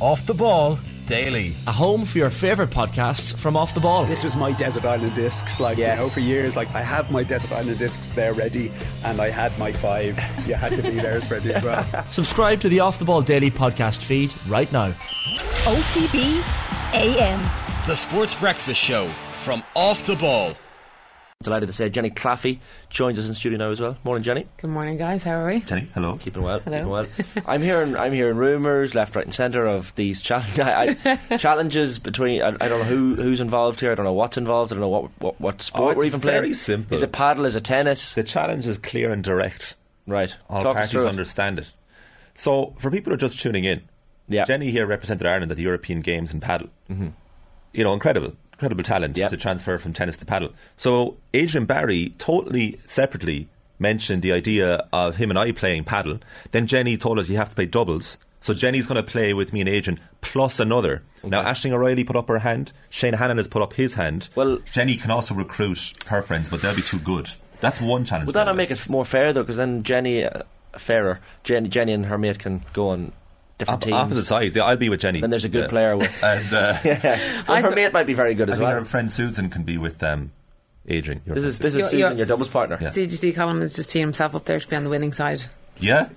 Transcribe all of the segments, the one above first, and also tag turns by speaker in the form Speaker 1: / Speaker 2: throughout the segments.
Speaker 1: Off the Ball Daily.
Speaker 2: A home for your favourite podcasts from Off the Ball.
Speaker 3: Oh, This was my Desert Island Discs. Like,
Speaker 2: Yes.
Speaker 3: you know, for years, like, I have my Desert Island Discs there ready, and I had my five. You had to be theirs ready as well.
Speaker 2: Subscribe to the Off the Ball Daily podcast feed right now.
Speaker 4: OTB AM.
Speaker 1: The Sports Breakfast Show from Off the Ball.
Speaker 5: Delighted to say Jenny Claffey joins us in studio now as well. Morning, Jenny.
Speaker 6: Good morning, guys. How are we?
Speaker 7: Jenny, hello.
Speaker 5: Keeping well.
Speaker 6: Hello.
Speaker 5: Keeping well. I'm hearing I'm hearing rumours left, right, and centre of these challenge, I, I, challenges between. I, I don't know who who's involved here. I don't know what's involved. I don't know what what, what sport
Speaker 7: Oh, it's
Speaker 5: we're even
Speaker 7: very
Speaker 5: playing.
Speaker 7: simple.
Speaker 5: Is it paddle? Is it tennis?
Speaker 7: The challenge is clear and direct.
Speaker 5: right.
Speaker 7: All
Speaker 5: Talk us
Speaker 7: parties
Speaker 5: through it.
Speaker 7: understand it. So, for people who are just tuning in,
Speaker 5: Yeah.
Speaker 7: Jenny here represented Ireland at the European Games in paddle. Mm-hmm. You know, incredible, incredible talent
Speaker 5: Yeah.
Speaker 7: to transfer from tennis to paddle. So, Adrian Barry totally separately mentioned the idea of him and I playing paddle. Then Jenny told us you have to play doubles. So Jenny's going to play with me and Adrian plus another. Now Ashling O'Reilly put up her hand. Shane Hannon has put up his hand.
Speaker 5: Well-
Speaker 7: Jenny can also recruit her friends, but they'll be too good. That's one challenge.
Speaker 5: Would that
Speaker 7: by the
Speaker 5: not
Speaker 7: way.
Speaker 5: make it more fair though? Because then Jenny, uh, fairer Jenny, Jenny and her mate can go on different
Speaker 7: Op-
Speaker 5: teams.
Speaker 7: opposite sides? Yeah, I'll be with Jenny.
Speaker 5: Then there's a good
Speaker 7: Yeah.
Speaker 5: player. With,
Speaker 7: And uh,
Speaker 5: Well, her mate might be very good
Speaker 7: I
Speaker 5: as
Speaker 7: think
Speaker 5: well.
Speaker 7: our friend Susan can be with um, Adrian. your
Speaker 5: This is
Speaker 7: friend
Speaker 5: this is
Speaker 6: You're- you're-
Speaker 5: Susan, your doubles partner.
Speaker 6: CGC Collins just teed himself up there to be on the winning side.
Speaker 7: Susan. Yeah.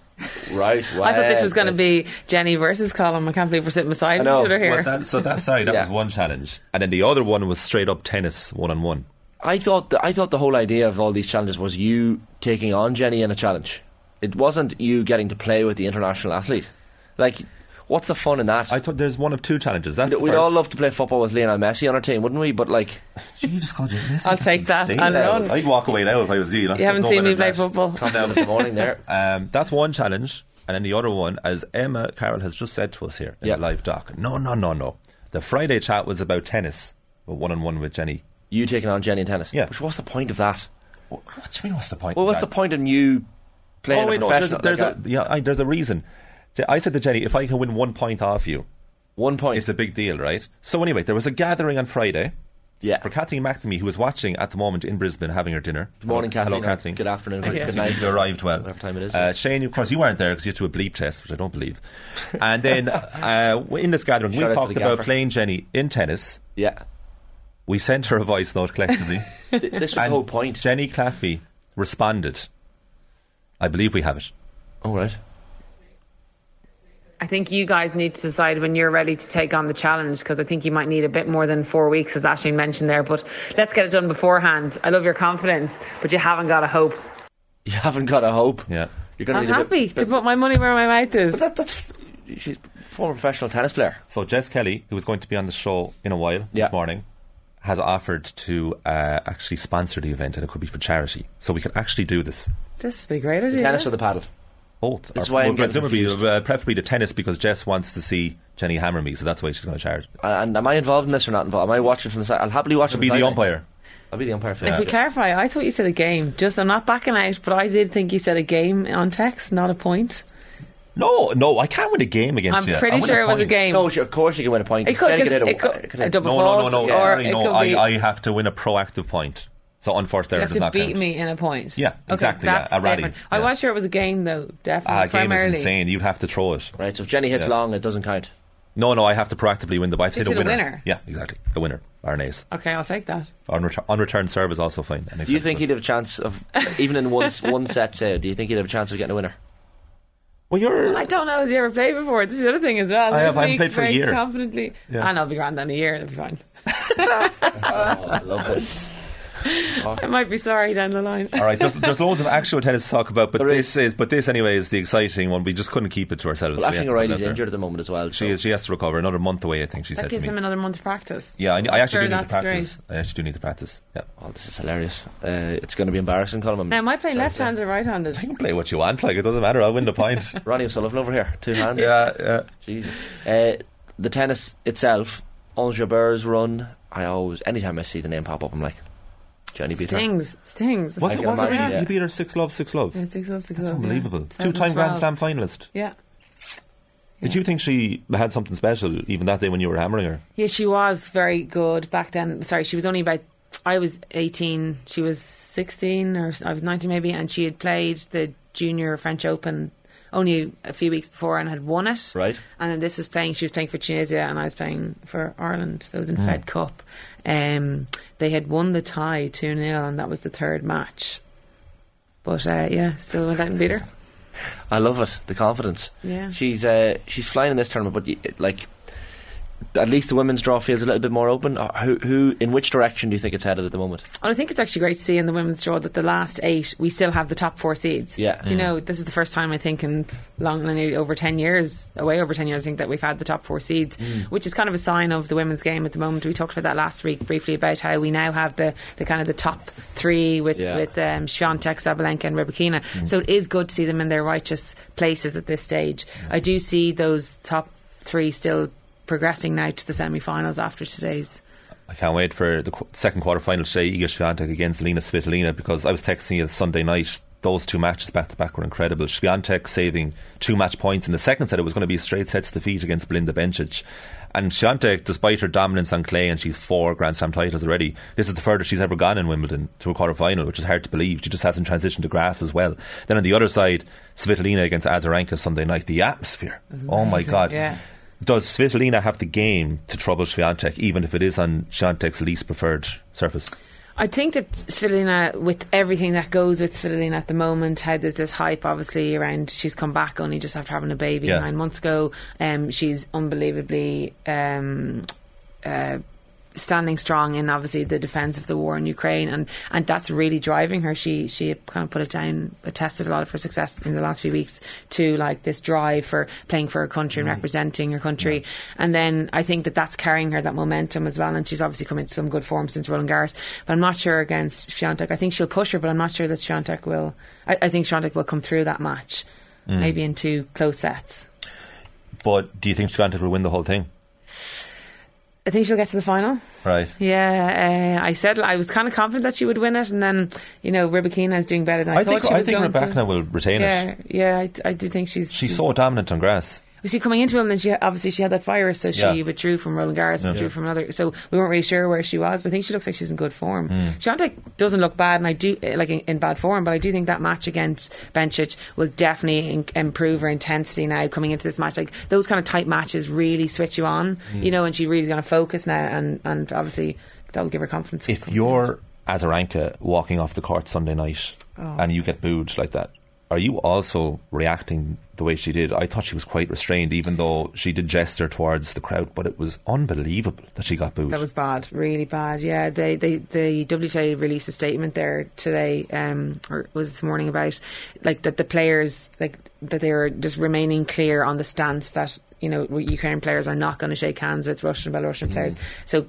Speaker 5: Right.
Speaker 6: I thought this
Speaker 5: wow,
Speaker 6: was going to
Speaker 5: great.
Speaker 6: be Jenny versus Colin. I can't believe we're sitting beside
Speaker 5: uh, I know.
Speaker 6: each other here.
Speaker 7: Well, that, so that side, that
Speaker 5: Yeah.
Speaker 7: was one challenge, and then the other one was straight up tennis, one on one.
Speaker 5: I thought the, I thought the whole idea of all these challenges was you taking on Jenny in a challenge. It wasn't you getting to play with the international athlete. Like, what's the fun in that?
Speaker 7: I thought there's one of two challenges. That's the
Speaker 5: We'd
Speaker 7: first.
Speaker 5: all love to play football with Lionel Messi on our team, wouldn't we? But like,
Speaker 7: You just called your
Speaker 6: I'll take that and run.
Speaker 7: I'd walk away now if I was you.
Speaker 6: You haven't seen me play football.
Speaker 5: calm down this morning there.
Speaker 7: Um, that's one challenge. And then the other one, as Emma Carroll has just said to us here in
Speaker 5: Yeah.
Speaker 7: the live doc, no, no, no, no. The Friday chat was about tennis, one on one with Jenny.
Speaker 5: You taking on Jenny in tennis.
Speaker 7: Yeah.
Speaker 5: Which what's the point of that?
Speaker 7: What do you mean, what's the point?
Speaker 5: Well, what's the point in you playing
Speaker 7: Oh, wait,
Speaker 5: a
Speaker 7: no, there's, a,
Speaker 5: professional?
Speaker 7: there's,
Speaker 5: like
Speaker 7: a, yeah, I, there's a reason. Je- I said to Jenny, if I can win one point off you,
Speaker 5: one point.
Speaker 7: it's a big deal, right? So anyway, there was a gathering on Friday
Speaker 5: yeah.
Speaker 7: for Kathleen McNamee, who was watching at the moment in Brisbane having her dinner.
Speaker 5: Good morning,
Speaker 7: Hello,
Speaker 5: Kathleen.
Speaker 7: Hello, Kathleen.
Speaker 5: Good afternoon.
Speaker 7: Thank
Speaker 5: Good
Speaker 7: you.
Speaker 5: night.
Speaker 7: You arrived well.
Speaker 5: Whatever time it is.
Speaker 7: Uh, Shane, of course, you weren't there because you had to do a bleep test, which I don't believe. And then uh, in this gathering,
Speaker 5: Shout out to
Speaker 7: we talked
Speaker 5: the
Speaker 7: about
Speaker 5: gaffer.
Speaker 7: playing Jenny in tennis.
Speaker 5: yeah.
Speaker 7: We sent her a voice note collectively.
Speaker 5: Th- This was the whole point.
Speaker 7: Jenny Claffey responded. I believe we have it.
Speaker 5: All right.
Speaker 6: I think you guys need to decide when you're ready to take on the challenge because I think you might need a bit more than four weeks, as Ashley mentioned there. But let's get it done beforehand. I love your confidence, but you haven't got a hope.
Speaker 5: You haven't got a hope.
Speaker 7: Yeah.
Speaker 5: You're gonna
Speaker 6: I'm
Speaker 5: need a bit-
Speaker 6: happy
Speaker 5: bit-
Speaker 6: to put my money where my mouth is.
Speaker 5: That, that's she's a former professional tennis player.
Speaker 7: So Jess Kelly, who was going to be on the show in a while
Speaker 5: Yeah.
Speaker 7: this morning, has offered to uh, actually sponsor the event, and it could be for charity. So we can actually do this.
Speaker 6: This would be a great idea.
Speaker 5: Tennis or the paddle?
Speaker 7: Both.
Speaker 5: This is
Speaker 7: Or-
Speaker 5: why I'm
Speaker 7: well,
Speaker 5: getting
Speaker 7: presumably,
Speaker 5: confused.
Speaker 7: uh, preferably the tennis, because Jess wants to see Jenny hammer me, so that's why she's going to charge.
Speaker 5: Uh, And am I involved in this or not involved? Am I watching from the side? I'll happily watch.
Speaker 7: To
Speaker 5: from
Speaker 7: be the
Speaker 5: sidelines.
Speaker 7: umpire.
Speaker 5: I'll be the umpire for
Speaker 6: If we
Speaker 5: that.
Speaker 6: clarify, I thought you said a game. Just, I'm not backing out, but I did think you said a game on text, not a point.
Speaker 7: No, no, I can't win a game against
Speaker 6: I'm
Speaker 7: you. I
Speaker 6: pretty
Speaker 7: win
Speaker 6: sure it was a
Speaker 7: point.
Speaker 6: game.
Speaker 5: No, sure, of course you can win a point.
Speaker 6: It could-
Speaker 5: Jenny
Speaker 6: it
Speaker 5: hit a,
Speaker 6: could-
Speaker 5: could
Speaker 6: a
Speaker 5: hit-
Speaker 6: double-
Speaker 7: No, no, no,
Speaker 6: Fault,
Speaker 7: no.
Speaker 6: or
Speaker 7: sorry,
Speaker 6: it
Speaker 7: no
Speaker 6: could
Speaker 7: I,
Speaker 6: be-
Speaker 7: I have to win a proactive point. So unforced
Speaker 6: You
Speaker 7: error
Speaker 6: have
Speaker 7: does
Speaker 6: to
Speaker 7: not
Speaker 6: beat
Speaker 7: count.
Speaker 6: me in a point.
Speaker 7: Yeah, exactly, yeah,
Speaker 6: That's
Speaker 7: a rally,
Speaker 6: different. I
Speaker 7: yeah.
Speaker 6: was sure it was a game, though. Definitely,
Speaker 7: Ah, game is
Speaker 6: primarily.
Speaker 7: insane. You'd have to throw it.
Speaker 5: Right, so if Jenny hits
Speaker 7: Yeah.
Speaker 5: long, it doesn't count.
Speaker 7: No, no, I have to proactively win the. I have to
Speaker 6: Hit
Speaker 7: hit
Speaker 6: to
Speaker 7: a
Speaker 6: the
Speaker 7: winner.
Speaker 6: winner.
Speaker 7: Yeah, exactly. A winner. Or an ace.
Speaker 6: Okay, I'll take that.
Speaker 7: On, return, on return serve is also fine.
Speaker 5: Do you think he'd have a chance of, even in one s- one set, say, do you think he'd have a chance of getting a winner?
Speaker 7: Well, you're.
Speaker 6: I don't know. Has he ever played before? This is the other thing as well.
Speaker 7: I have,
Speaker 6: There's
Speaker 7: I haven't
Speaker 6: me
Speaker 7: played for a
Speaker 6: very
Speaker 7: year.
Speaker 6: Confidently,
Speaker 7: Yeah.
Speaker 6: and I'll be grand on a year. It'll be fine.
Speaker 5: Oh, I love this.
Speaker 6: I might be sorry down the line.
Speaker 7: All right, there's, there's loads of actual tennis to talk about, but
Speaker 5: There
Speaker 7: this is. but this anyway is the exciting one. We just couldn't keep it to ourselves.
Speaker 5: Well,
Speaker 7: We had
Speaker 5: Ashling
Speaker 7: to put it out
Speaker 5: O'Reilly's
Speaker 7: there.
Speaker 5: injured at the moment as well. So.
Speaker 7: She is. She has to recover. Another month away, I think she
Speaker 6: That
Speaker 7: said
Speaker 6: gives
Speaker 7: to
Speaker 6: him
Speaker 7: me.
Speaker 6: another month to practice.
Speaker 7: Yeah, I, I actually
Speaker 6: Sure,
Speaker 7: do need to
Speaker 6: that's
Speaker 7: practice. I actually do need to practice. Yeah,
Speaker 5: Oh, this is hilarious. Uh, it's going to be embarrassing, Colin. I'm-
Speaker 6: Now, am I playing left-handed or right-handed?
Speaker 7: you can play what you want. Like it doesn't matter. I'll win the point.
Speaker 5: Ronnie O'Sullivan over here, two hands.
Speaker 7: yeah, yeah.
Speaker 5: Jesus. Uh, the tennis itself, Ange Jabert's run, I always, anytime I see the name pop up, I'm like, Jenny beat her.
Speaker 6: Stings, stings.
Speaker 7: Was it?
Speaker 5: can
Speaker 7: Was it?
Speaker 5: imagine,
Speaker 7: really?
Speaker 5: yeah.
Speaker 7: You beat her six love, six love.
Speaker 6: Yeah, six love, six
Speaker 7: That's
Speaker 6: love, yeah.
Speaker 7: unbelievable. Two-time Grand
Speaker 6: 2012.
Speaker 7: Slam finalist.
Speaker 6: Yeah.
Speaker 7: Did you think she had something special even that day when you were hammering her?
Speaker 6: Yeah, she was very good back then. Sorry, she was only about. I was 18, she was 16, or s- I was 19 maybe, and she had played the junior French Open only a few weeks before and had won it.
Speaker 5: Right.
Speaker 6: And then this was playing. She was playing for Tunisia, and I was playing for Ireland. So it was in Fed Cup. Um, they had won the tie two 0 and that was the third match. But uh, yeah, still went out and beat her.
Speaker 5: I love it. The confidence.
Speaker 6: Yeah.
Speaker 5: She's uh, she's flying in this tournament, but y- it- like, at least the women's draw feels a little bit more open. Uh, Who, who, in which direction do you think it's headed at the moment?
Speaker 6: And I think it's actually great to see in the women's draw that the last eight we still have the top four seeds.
Speaker 5: Yeah.
Speaker 6: Do you know this is the first time I think in long, nearly over ten years, uh, way over ten years, I think that we've had the top four seeds,
Speaker 5: Mm.
Speaker 6: which is kind of a sign of the women's game at the moment. We talked about that last week briefly about how we now have the, the kind of the top three with
Speaker 5: Yeah. Mm.
Speaker 6: with um, Swiatek, Sabalenka, and Rybakina. So it is good to see them in their righteous places at this stage.
Speaker 5: Mm.
Speaker 6: I do see those top three still progressing now to the semi-finals after today's.
Speaker 7: I can't wait for the qu- second quarter final today, Iga Swiatek against Lina Svitolina, because I was texting you Sunday night. Those two matches back to back were incredible. Swiatek saving two match points in the second set. It was going to be a straight sets defeat against Belinda Bencic. And Swiatek, despite her dominance on clay, and she's four Grand Slam titles already, this is the furthest she's ever gone in Wimbledon to a quarter final, which is hard to believe. She just hasn't transitioned to grass as well. Then on the other side, Svitolina against Azarenka Sunday night. The atmosphere. Oh my
Speaker 6: Amazing,
Speaker 7: God.
Speaker 6: yeah.
Speaker 7: Does Svitolina have the game to trouble Swiatek, even if it is on Swiatek's least preferred surface?
Speaker 6: I think that Svitolina, with everything that goes with Svitolina at the moment, how there's this hype obviously around she's come back only just after having a baby
Speaker 7: Yeah.
Speaker 6: nine months ago. Um, she's unbelievably um, uh, standing strong in obviously the defense of the war in Ukraine, and and that's really driving her. She she kind of put it down, attested a lot of her success in the last few weeks to like this drive for playing for her country and representing her country. And then I think that that's carrying her that momentum as well. And she's obviously come into some good form since Roland Garros. But I'm not sure against Shantek. I think she'll push her, but I'm not sure that Shantek will. I, I think Shantek will come through that match, maybe in two close sets.
Speaker 7: But do you think Swiatek will win the whole thing?
Speaker 6: I think she'll get to the final.
Speaker 7: Right.
Speaker 6: Yeah, uh, I said I was kind of confident that she would win it, and then you know Ribakina is doing better than I,
Speaker 7: I think
Speaker 6: thought she
Speaker 7: I
Speaker 6: was
Speaker 7: think
Speaker 6: going
Speaker 7: Rebecca
Speaker 6: to.
Speaker 7: will retain
Speaker 6: Yeah,
Speaker 7: it.
Speaker 6: yeah, I, I do think she's
Speaker 7: She's so dominant on grass.
Speaker 6: You see, coming into him, then she obviously she had that virus, so she
Speaker 7: Yeah.
Speaker 6: withdrew from Roland Garros, withdrew from another. So we weren't really sure where she was, but I think she looks like she's in good form.
Speaker 7: Hmm.
Speaker 6: Shantek doesn't look bad, and I do eh, like in, in bad form, but I do think that match against Bencic will definitely in, improve her intensity now coming into this match. Like those kind of tight matches really switch you on,
Speaker 7: Hmm.
Speaker 6: you know, and she really going to focus now, and and obviously that will give her confidence.
Speaker 7: If you're Azarenka walking off the court Sunday night
Speaker 6: Oh.
Speaker 7: and you get booed like that, are you also reacting the way she did? I thought she was quite restrained, even though she did gesture towards the crowd, but it was unbelievable that she got booed.
Speaker 6: That was bad, really bad. Yeah, they, they the WTA released a statement there today, um, or was this morning about like that the players like that they were just remaining clear on the stance that you know Ukrainian players are not going to shake hands with Russian Belarusian players.
Speaker 7: Mm-hmm.
Speaker 6: So.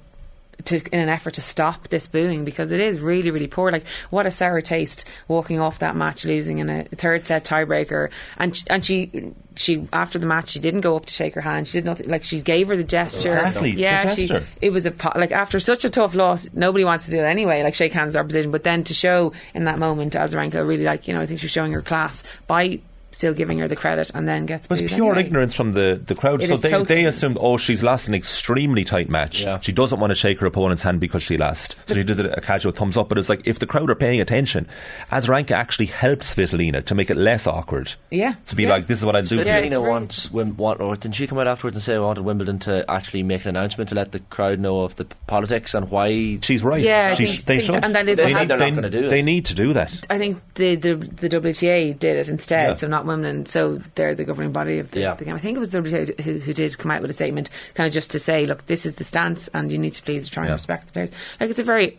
Speaker 6: To, in an effort to stop this booing because it is really really poor like what a sour taste walking off that match losing in a third set tiebreaker and sh- and she she after the match she didn't go up to shake her hand she did nothing like she gave her the gesture
Speaker 7: Exactly, the
Speaker 6: yeah she,
Speaker 7: gesture.
Speaker 6: it was a po- like after such a tough loss, nobody wants to do it anyway. Like shake hands is our position, but then to show in that moment, Azarenka really like you know I think she's showing her class by still giving her the credit, and then gets
Speaker 7: It was
Speaker 6: booed
Speaker 7: pure
Speaker 6: anyway.
Speaker 7: ignorance from the, the crowd.
Speaker 6: It
Speaker 7: so
Speaker 6: is
Speaker 7: they,
Speaker 6: total
Speaker 7: they
Speaker 6: ignorance.
Speaker 7: assumed, oh, she's lost an extremely tight match. She doesn't want to shake her opponent's hand because she lost. So she did a a casual thumbs up. But it's like, if the crowd are paying attention, Azarenka actually helps Svitolina to make it less awkward.
Speaker 6: Yeah,
Speaker 7: To be
Speaker 6: yeah.
Speaker 7: like, this is what I do to
Speaker 6: Yeah,
Speaker 7: you.
Speaker 6: it's
Speaker 5: Svitolina
Speaker 6: rude.
Speaker 5: wants Wim, want, or didn't she come out afterwards and say "Oh, I wanted Wimbledon to actually make an announcement to let the crowd know of the p- politics and why
Speaker 7: She's right.
Speaker 6: Yeah, I
Speaker 7: she,
Speaker 6: think-
Speaker 7: sh- they
Speaker 6: think-
Speaker 7: should.
Speaker 6: and that is
Speaker 5: They
Speaker 6: what
Speaker 5: said
Speaker 6: happened.
Speaker 5: they're
Speaker 7: they,
Speaker 5: not going to do it.
Speaker 7: they need to do that.
Speaker 6: I think the, the the WTA did it instead,
Speaker 7: Yeah.
Speaker 6: so not Wimbledon. So they're the governing body of the,
Speaker 5: Yeah.
Speaker 6: the game. I think it was the WTA who, who did come out with a statement, kind of just to say, look, this is the stance, and you need to please try and
Speaker 7: Yeah.
Speaker 6: respect the players. Like it's a very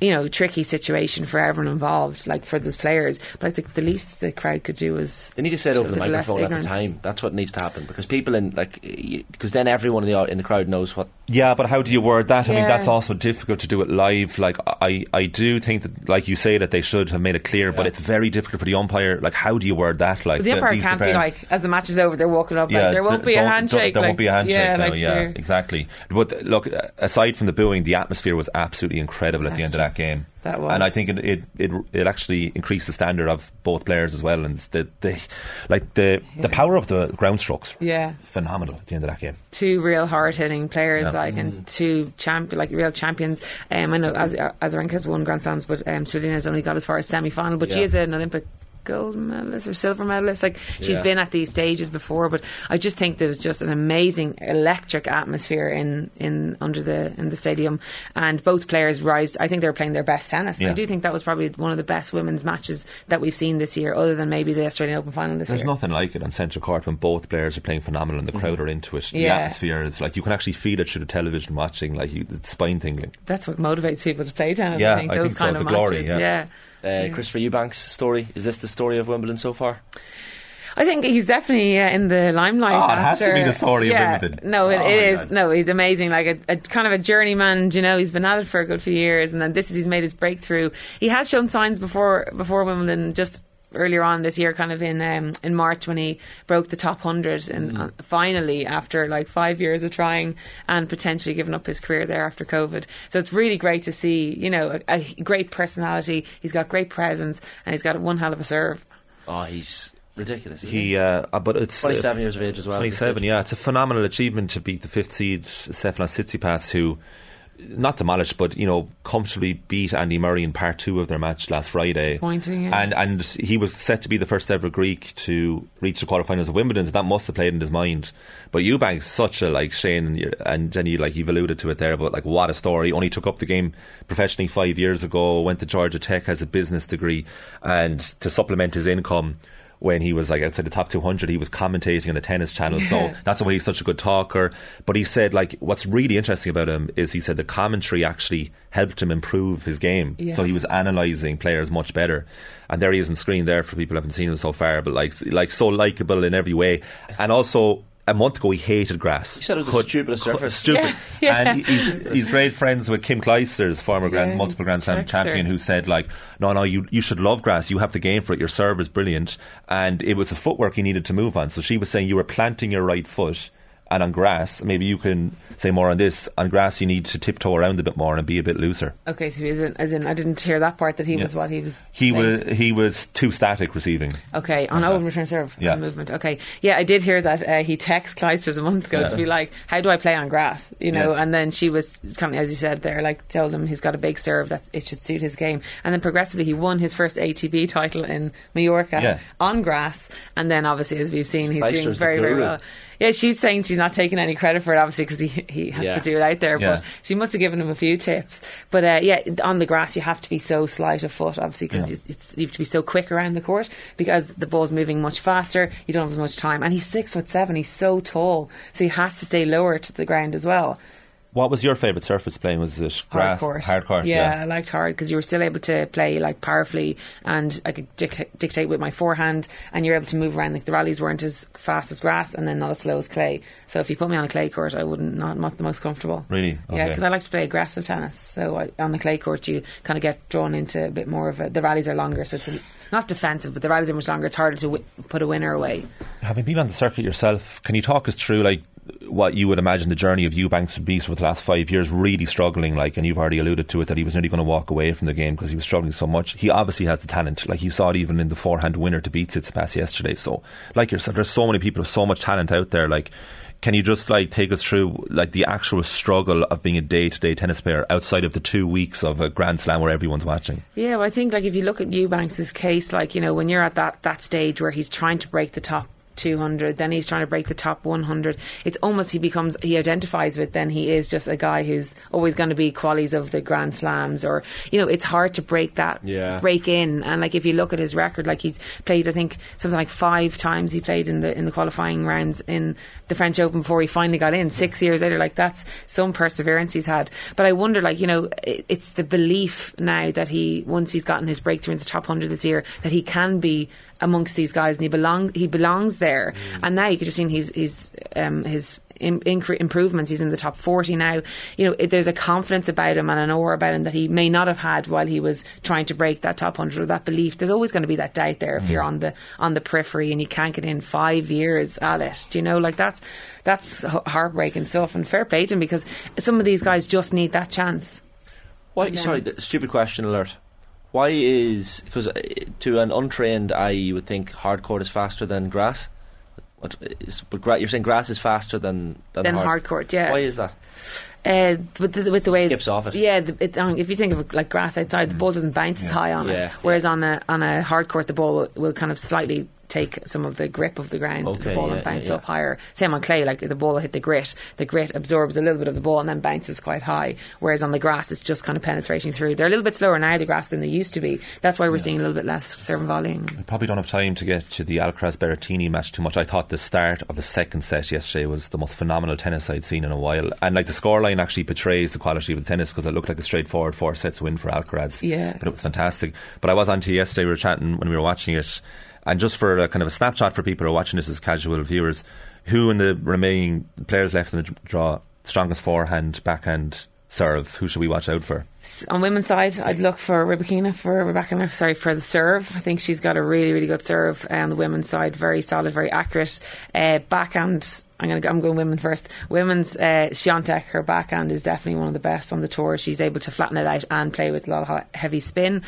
Speaker 6: you know tricky situation for everyone involved, like for those players. But I think the least the crowd could do was
Speaker 5: They need to say it
Speaker 6: show
Speaker 5: over the
Speaker 6: a little less
Speaker 5: microphone at the
Speaker 6: ignorance.
Speaker 5: time. That's what needs to happen because people in like because then everyone in the au- in the crowd knows what.
Speaker 7: Yeah, but how do you word that? I mean,
Speaker 6: Yeah.
Speaker 7: that's also difficult to do it live. Like, I, I do think that, like you say, that they should have made it clear, but it's very difficult for the umpire. Like, how do you word that? Like,
Speaker 6: But the
Speaker 7: that
Speaker 6: umpire
Speaker 7: these
Speaker 6: can't be
Speaker 7: parents-
Speaker 6: like, as the match is over, they're walking up. like, there won't
Speaker 7: th-
Speaker 6: be a
Speaker 7: don't-
Speaker 6: handshake.
Speaker 7: There
Speaker 6: like,
Speaker 7: won't be a handshake.
Speaker 6: Yeah,
Speaker 7: no,
Speaker 6: like
Speaker 7: yeah,
Speaker 6: they're-
Speaker 7: exactly. But look, aside from the booing, the atmosphere was absolutely incredible at the end of that game.
Speaker 6: That was.
Speaker 7: and I think it it, it it actually increased the standard of both players as well, and the, the like the the power of the ground strokes. were
Speaker 6: Yeah.
Speaker 7: phenomenal at the end of that game.
Speaker 6: two real hard hitting players,
Speaker 7: Yeah. Mm.
Speaker 6: like and two champ, like real champions. uh, Um, I know Az- Azarenka has won Grand Slams, but um, Svitolina has only got as far as semi final. But she
Speaker 5: Yeah.
Speaker 6: is an Olympic gold medalist or silver medalist. Like she's
Speaker 5: Yeah.
Speaker 6: been at these stages before, but I just think there was just an amazing electric atmosphere in in under the in the stadium, and both players rise. I think they were playing their best tennis.
Speaker 7: Yeah.
Speaker 6: I do think that was probably one of the best women's matches that we've seen this year, other than maybe the Australian Open final this
Speaker 7: There's
Speaker 6: year.
Speaker 7: nothing like it on Central Court when both players are playing phenomenal and the crowd are into it. The
Speaker 6: Yeah.
Speaker 7: atmosphere is like you can actually feel it through the television watching, like you, it's spine tingling.
Speaker 6: That's what motivates people to play tennis.
Speaker 7: Yeah,
Speaker 6: I think
Speaker 7: I
Speaker 6: those
Speaker 7: think so,
Speaker 6: kind
Speaker 7: the
Speaker 6: of
Speaker 7: glory,
Speaker 6: matches.
Speaker 7: yeah.
Speaker 6: yeah.
Speaker 5: Uh, Christopher Eubanks' story is this the story of Wimbledon so far?
Speaker 6: I think he's definitely uh, in the limelight.
Speaker 7: Oh, it
Speaker 6: after,
Speaker 7: has to be the story of
Speaker 6: yeah.
Speaker 7: Wimbledon.
Speaker 6: No, it, it
Speaker 7: Oh, my
Speaker 6: is.
Speaker 7: God.
Speaker 6: No, he's amazing. Like a, a kind of a journeyman. You know, he's been at it for a good few years, and then this is he's made his breakthrough. He has shown signs before before Wimbledon just. Earlier on this year, kind of in um, in March, when he broke the top hundred, and
Speaker 7: Mm.
Speaker 6: uh, finally, after like five years of trying and potentially giving up his career there after COVID, so it's really great to see. You know, a, a great personality. He's got great presence, and he's got one hell of a serve.
Speaker 5: Oh, he's ridiculous. isn't
Speaker 7: He, uh, uh, but it's uh,
Speaker 5: 27 years of age as well.
Speaker 7: 27, yeah, it's a phenomenal achievement to beat the fifth seed Stefan Tsitsipas, who not demolished, but you know, comfortably beat Andy Murray in part two of their match last Friday.
Speaker 6: Disappointing, yeah.
Speaker 7: And and he was set to be the first ever Greek to reach the quarterfinals of Wimbledon, so that must have played in his mind. But Eubanks, such a like Shane and you- and Jenny, like you've alluded to it there, but like what a story. Only took up the game professionally five years ago. Went to Georgia Tech as a business degree, and to supplement his income when he was like outside the top 200 he was commentating on the tennis channel so that's why he's such a good talker but he said like what's really interesting about him is he said the commentary actually helped him improve his game
Speaker 6: Yes.
Speaker 7: so he was analysing players much better and there he is on screen there for people who haven't seen him so far but like like so likeable in every way and also a month ago, he hated grass. He
Speaker 5: said it was the stupidest surface.
Speaker 7: Stupid.
Speaker 6: Yeah, yeah.
Speaker 7: And he's, he's great friends with Kim Clijsters, former grand,
Speaker 6: Yeah,
Speaker 7: multiple Grand Slam
Speaker 6: Clijsters.
Speaker 7: champion, who said like, no, no, you you should love grass. You have the game for it. Your serve is brilliant, and it was his footwork he needed to move on. So she was saying you were planting your right foot. And on grass, maybe you can say more on this. On grass, you need to tiptoe around a bit more and be a bit looser.
Speaker 6: Okay, so he isn't, as in, I didn't hear that part that he was what he was.
Speaker 7: He was
Speaker 6: named.
Speaker 7: he was too static receiving.
Speaker 6: Okay, on open return serve
Speaker 7: Yeah.
Speaker 6: yeah. movement. Okay, yeah, I did hear that uh, he texted Clysters a month ago to be like, "How do I play on grass?" You know,
Speaker 7: Yes.
Speaker 6: and then she was kind of, as you said, there like told him he's got a big serve that it should suit his game, and then progressively he won his first ATP title in Mallorca
Speaker 7: Yeah.
Speaker 6: on grass, and then obviously as we've seen, he's doing
Speaker 5: Clijsters, the
Speaker 6: very very
Speaker 5: guru.
Speaker 6: well. Yeah, she's saying she's not taking any credit for it, obviously, because he he has
Speaker 5: Yeah.
Speaker 6: to do it out there,
Speaker 7: Yeah.
Speaker 6: but she must have given him a few tips. But uh, yeah, on the grass, you have to be so slight of foot, obviously, because
Speaker 7: Yeah.
Speaker 6: it's you have to be so quick around the court because the ball's moving much faster. You don't have as much time, and he's six foot seven. He's so tall, so he has to stay lower to the ground as well.
Speaker 7: What was your favourite surface playing? Was it
Speaker 6: Hard
Speaker 7: grass,
Speaker 6: court,
Speaker 7: hard court?
Speaker 6: yeah, I liked hard because you were still able to play like powerfully, and I could dic- dictate with my forehand, and you're able to move around. Like the rallies weren't as fast as grass, and then not as slow as clay. So if you put me on a clay court, I wouldn't not not the most comfortable.
Speaker 7: Really?
Speaker 6: Yeah,
Speaker 7: Okay.
Speaker 6: because I like to play aggressive tennis. So I, on the clay court, you kind of get drawn into a bit more of a. The rallies are longer, so it's a, not defensive, but the rallies are much longer. It's harder to w- put a winner away.
Speaker 7: Having been on the circuit yourself, can you talk us through like what you would imagine the journey of Eubanks would be for the last five years, really struggling? Like, and you've already alluded to it that he was nearly going to walk away from the game because he was struggling so much. He obviously has the talent. Like you saw it even in the forehand winner to beat Tsitsipas yesterday. So, like yourself, there's so many people with so much talent out there. Like, can you just like take us through like the actual struggle of being a day-to-day tennis player outside of the two weeks of a Grand Slam where everyone's watching?
Speaker 6: Yeah, well, I think like if you look at Eubanks's case, like you know when you're at that that stage where he's trying to break the top. 200 then he's trying to break the top 100 it's almost he becomes he identifies with then he is just a guy who's always going to be qualies of the grand slams or you know it's hard to break that
Speaker 5: Yeah.
Speaker 6: break in and like if you look at his record like he's played I think something like five times he played in the in the qualifying rounds in the French Open before he finally got in six years later like that's some perseverance he's had but I wonder like you know it, it's the belief now that he once he's gotten his breakthrough into top 100 this year that he can be amongst these guys and he belong he belongs there and now you can just see he's he's um his Im- incre- improvements. He's in the top 40 now. You know, it, there's a confidence about him and an aura about him that he may not have had while he was trying to break that top 100 or that belief. There's always going to be that doubt there if you're on the on the periphery and you can't get in five years at it. Do you know, like that's that's h- heartbreaking stuff. And fair play to him because some of these guys just need that chance.
Speaker 5: Why? Sorry, the stupid question alert. Why is because to an untrained eye you would think hardcore is faster than grass, but, but gra- you're saying grass is faster than than
Speaker 6: Than
Speaker 5: hard.
Speaker 6: hard court, yeah.
Speaker 5: Why is that?
Speaker 6: uh, with the, with the way
Speaker 5: Skips off it. Mm.
Speaker 6: Yeah, the, it, um, if you think of like grass outside, the ball doesn't bounce as high on
Speaker 5: Yeah.
Speaker 6: it. Whereas on a on a hard court, the ball will, will kind of slightly take some of the grip of the ground.
Speaker 5: Okay,
Speaker 6: the ball
Speaker 5: yeah,
Speaker 6: and bounce
Speaker 5: yeah, yeah.
Speaker 6: up higher. Same on clay, like the ball will hit the grit. The grit absorbs a little bit of the ball and then bounces quite high. Whereas on the grass, it's just kind of penetrating through. They're a little bit slower now the grass than they used to be. That's why we're seeing a little bit less serve and volleying.
Speaker 7: We probably don't have time to get to the Alcaraz Berrettini match too much. I thought the start of the second set yesterday was the most phenomenal tennis I'd seen in a while, and like the scoreline actually betrays the quality of the tennis because it looked like a straightforward four sets win for Alcaraz.
Speaker 6: Yeah.
Speaker 7: but it was fantastic. But I was on to yesterday. We were chatting when we were watching it, and just for a kind of a snapshot for people who are watching this as casual viewers, who in the remaining players left in the dr- draw strongest forehand, backhand serve? Who should we watch out for?
Speaker 6: on women's side, I'd look for Rebecca for Rebecca. Sorry for the serve. I think she's got a really really good serve. And the women's side, very solid, very accurate. Uh, backhand. I'm gonna. go- I'm going women first. Women's uh, Swiatek. Her backhand is definitely one of the best on the tour. She's able to flatten it out and play with a lot of hot- heavy spin.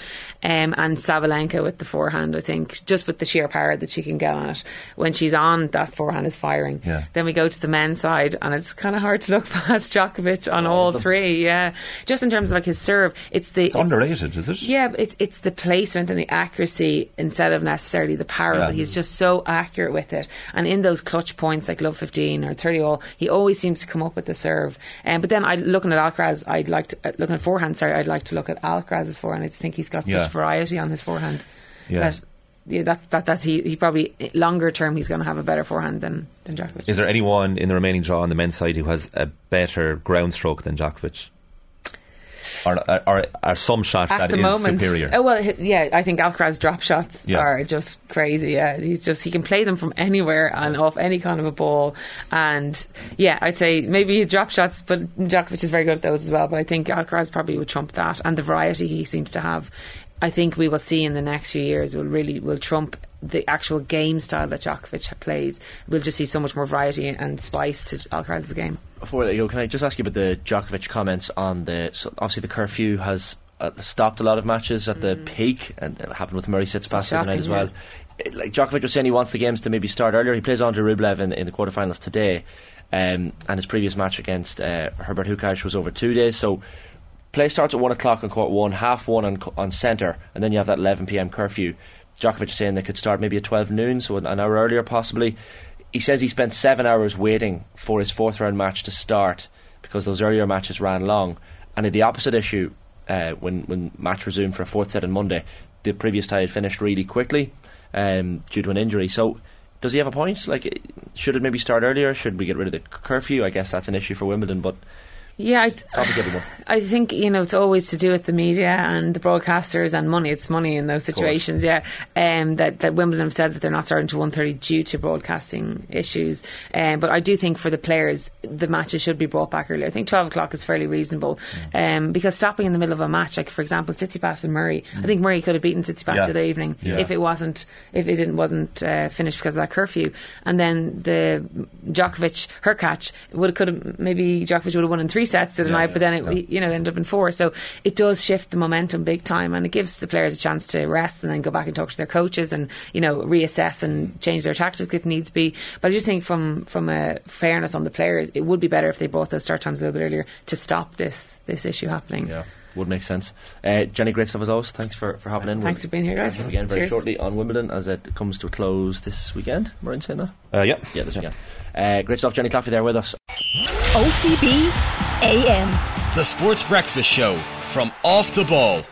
Speaker 6: Um, and Sabalenka with the forehand. I think just with the sheer power that she can get on it when she's on that forehand is firing.
Speaker 7: Yeah.
Speaker 6: Then we go to the men's side, and it's kind of hard to look past Djokovic
Speaker 7: Oh,
Speaker 6: on all
Speaker 5: them.
Speaker 6: three. Yeah, just in terms of like his serve, it's the
Speaker 7: It's underrated, is it?
Speaker 6: yeah, but it's it's the placement and the accuracy instead of necessarily the power.
Speaker 7: Yeah.
Speaker 6: But he's just so accurate with it. And in those clutch points like love fifteen or thirty all, he always seems to come up with the serve. Um, but then I looking at Alcaraz, I'd like to uh, looking at forehand. Sorry, I'd like to look at Alcaraz's forehand. I just think he's got
Speaker 7: Yeah.
Speaker 6: such variety on his forehand
Speaker 7: Yeah.
Speaker 6: that yeah, that that that's he, he probably longer term he's going to have a better forehand than than Djokovic.
Speaker 7: Is there anyone in the remaining draw on the men's side who has a better ground stroke than Djokovic? Or, or, or are some shot
Speaker 6: at
Speaker 7: that
Speaker 6: the
Speaker 7: is
Speaker 6: moment.
Speaker 7: superior?
Speaker 6: Oh well, h- yeah. I think Alcaraz drop shots
Speaker 7: Yeah.
Speaker 6: are just crazy. Yeah, he's just he can play them from anywhere and off any kind of a ball. And yeah, I'd say maybe drop shots, but Djokovic is very good at those as well. But I think Alcaraz probably would trump that, and the variety he seems to have. I think we will see in the next few years will really will trump the actual game style that Djokovic plays. We'll just see so much more variety and spice to Alcaraz's game.
Speaker 5: Before I go, can I just ask you about the Djokovic comments on the? So obviously, the curfew has uh, stopped a lot of matches at the peak, and it happened with Murray Sitsipas tonight
Speaker 6: Mm. shocking,
Speaker 5: as well. It- like Djokovic was saying, he wants the games to maybe start earlier. He plays Andre Rublev in, in the quarterfinals today, um, and his previous match against uh, Herbert Hukash was over two days. So play starts at one o'clock on court one, half one on, co- on centre, and then you have that eleven pm curfew. Djokovic is saying they could start maybe at twelve noon, so an an hour earlier possibly. He says he spent seven hours waiting for his fourth round match to start because those earlier matches ran long. And in the opposite issue, uh, when when match resumed for a fourth set on Monday, the previous tie had finished really quickly um, due to an injury. So. Does he have a point? Like, should it maybe start earlier? Should we get rid of the curfew? I guess that's an issue for Wimbledon, but
Speaker 6: Yeah, I,
Speaker 5: complicated one.
Speaker 6: I think you know it's always to do with the media and the broadcasters and money. It's money in those situations, yeah. Um, that that Wimbledon have said that they're not starting to one thirty due to broadcasting issues. Um, but I do think for the players, the matches should be brought back earlier. I think twelve o'clock is fairly reasonable, um, because stopping in the middle of a match, like for example, Tsitsipas and Murray, I think Murray could have beaten Tsitsipas
Speaker 7: Mm. Yeah.
Speaker 6: today evening
Speaker 7: Yeah.
Speaker 6: if it wasn't if it didn't wasn't uh, finished because of that curfew. And then the Djokovic her catch would could have maybe Djokovic would have won in three sets to the night, but then it you know ended up in four. So it does shift the momentum big time, and it gives the players a chance to rest and then go back and talk to their coaches and you know reassess and change their tactics if needs be. But I just think from from a fairness on the players, it would be better if they brought those start times a little bit earlier to stop this this issue happening.
Speaker 5: Yeah, would make sense. Uh, Jenny, great stuff as always. Thanks for, for hopping in.
Speaker 6: Thanks for being here,
Speaker 5: catch
Speaker 6: guys.
Speaker 5: up Again, very
Speaker 6: Cheers.
Speaker 5: shortly on Wimbledon as it comes to a close this weekend. Am I right in saying that?
Speaker 7: Uh, yeah.
Speaker 5: Yeah, this weekend. Uh, great stuff, Jenny Claffey, there with us.
Speaker 4: OTB AM.
Speaker 1: The Sports Breakfast Show from Off the Ball.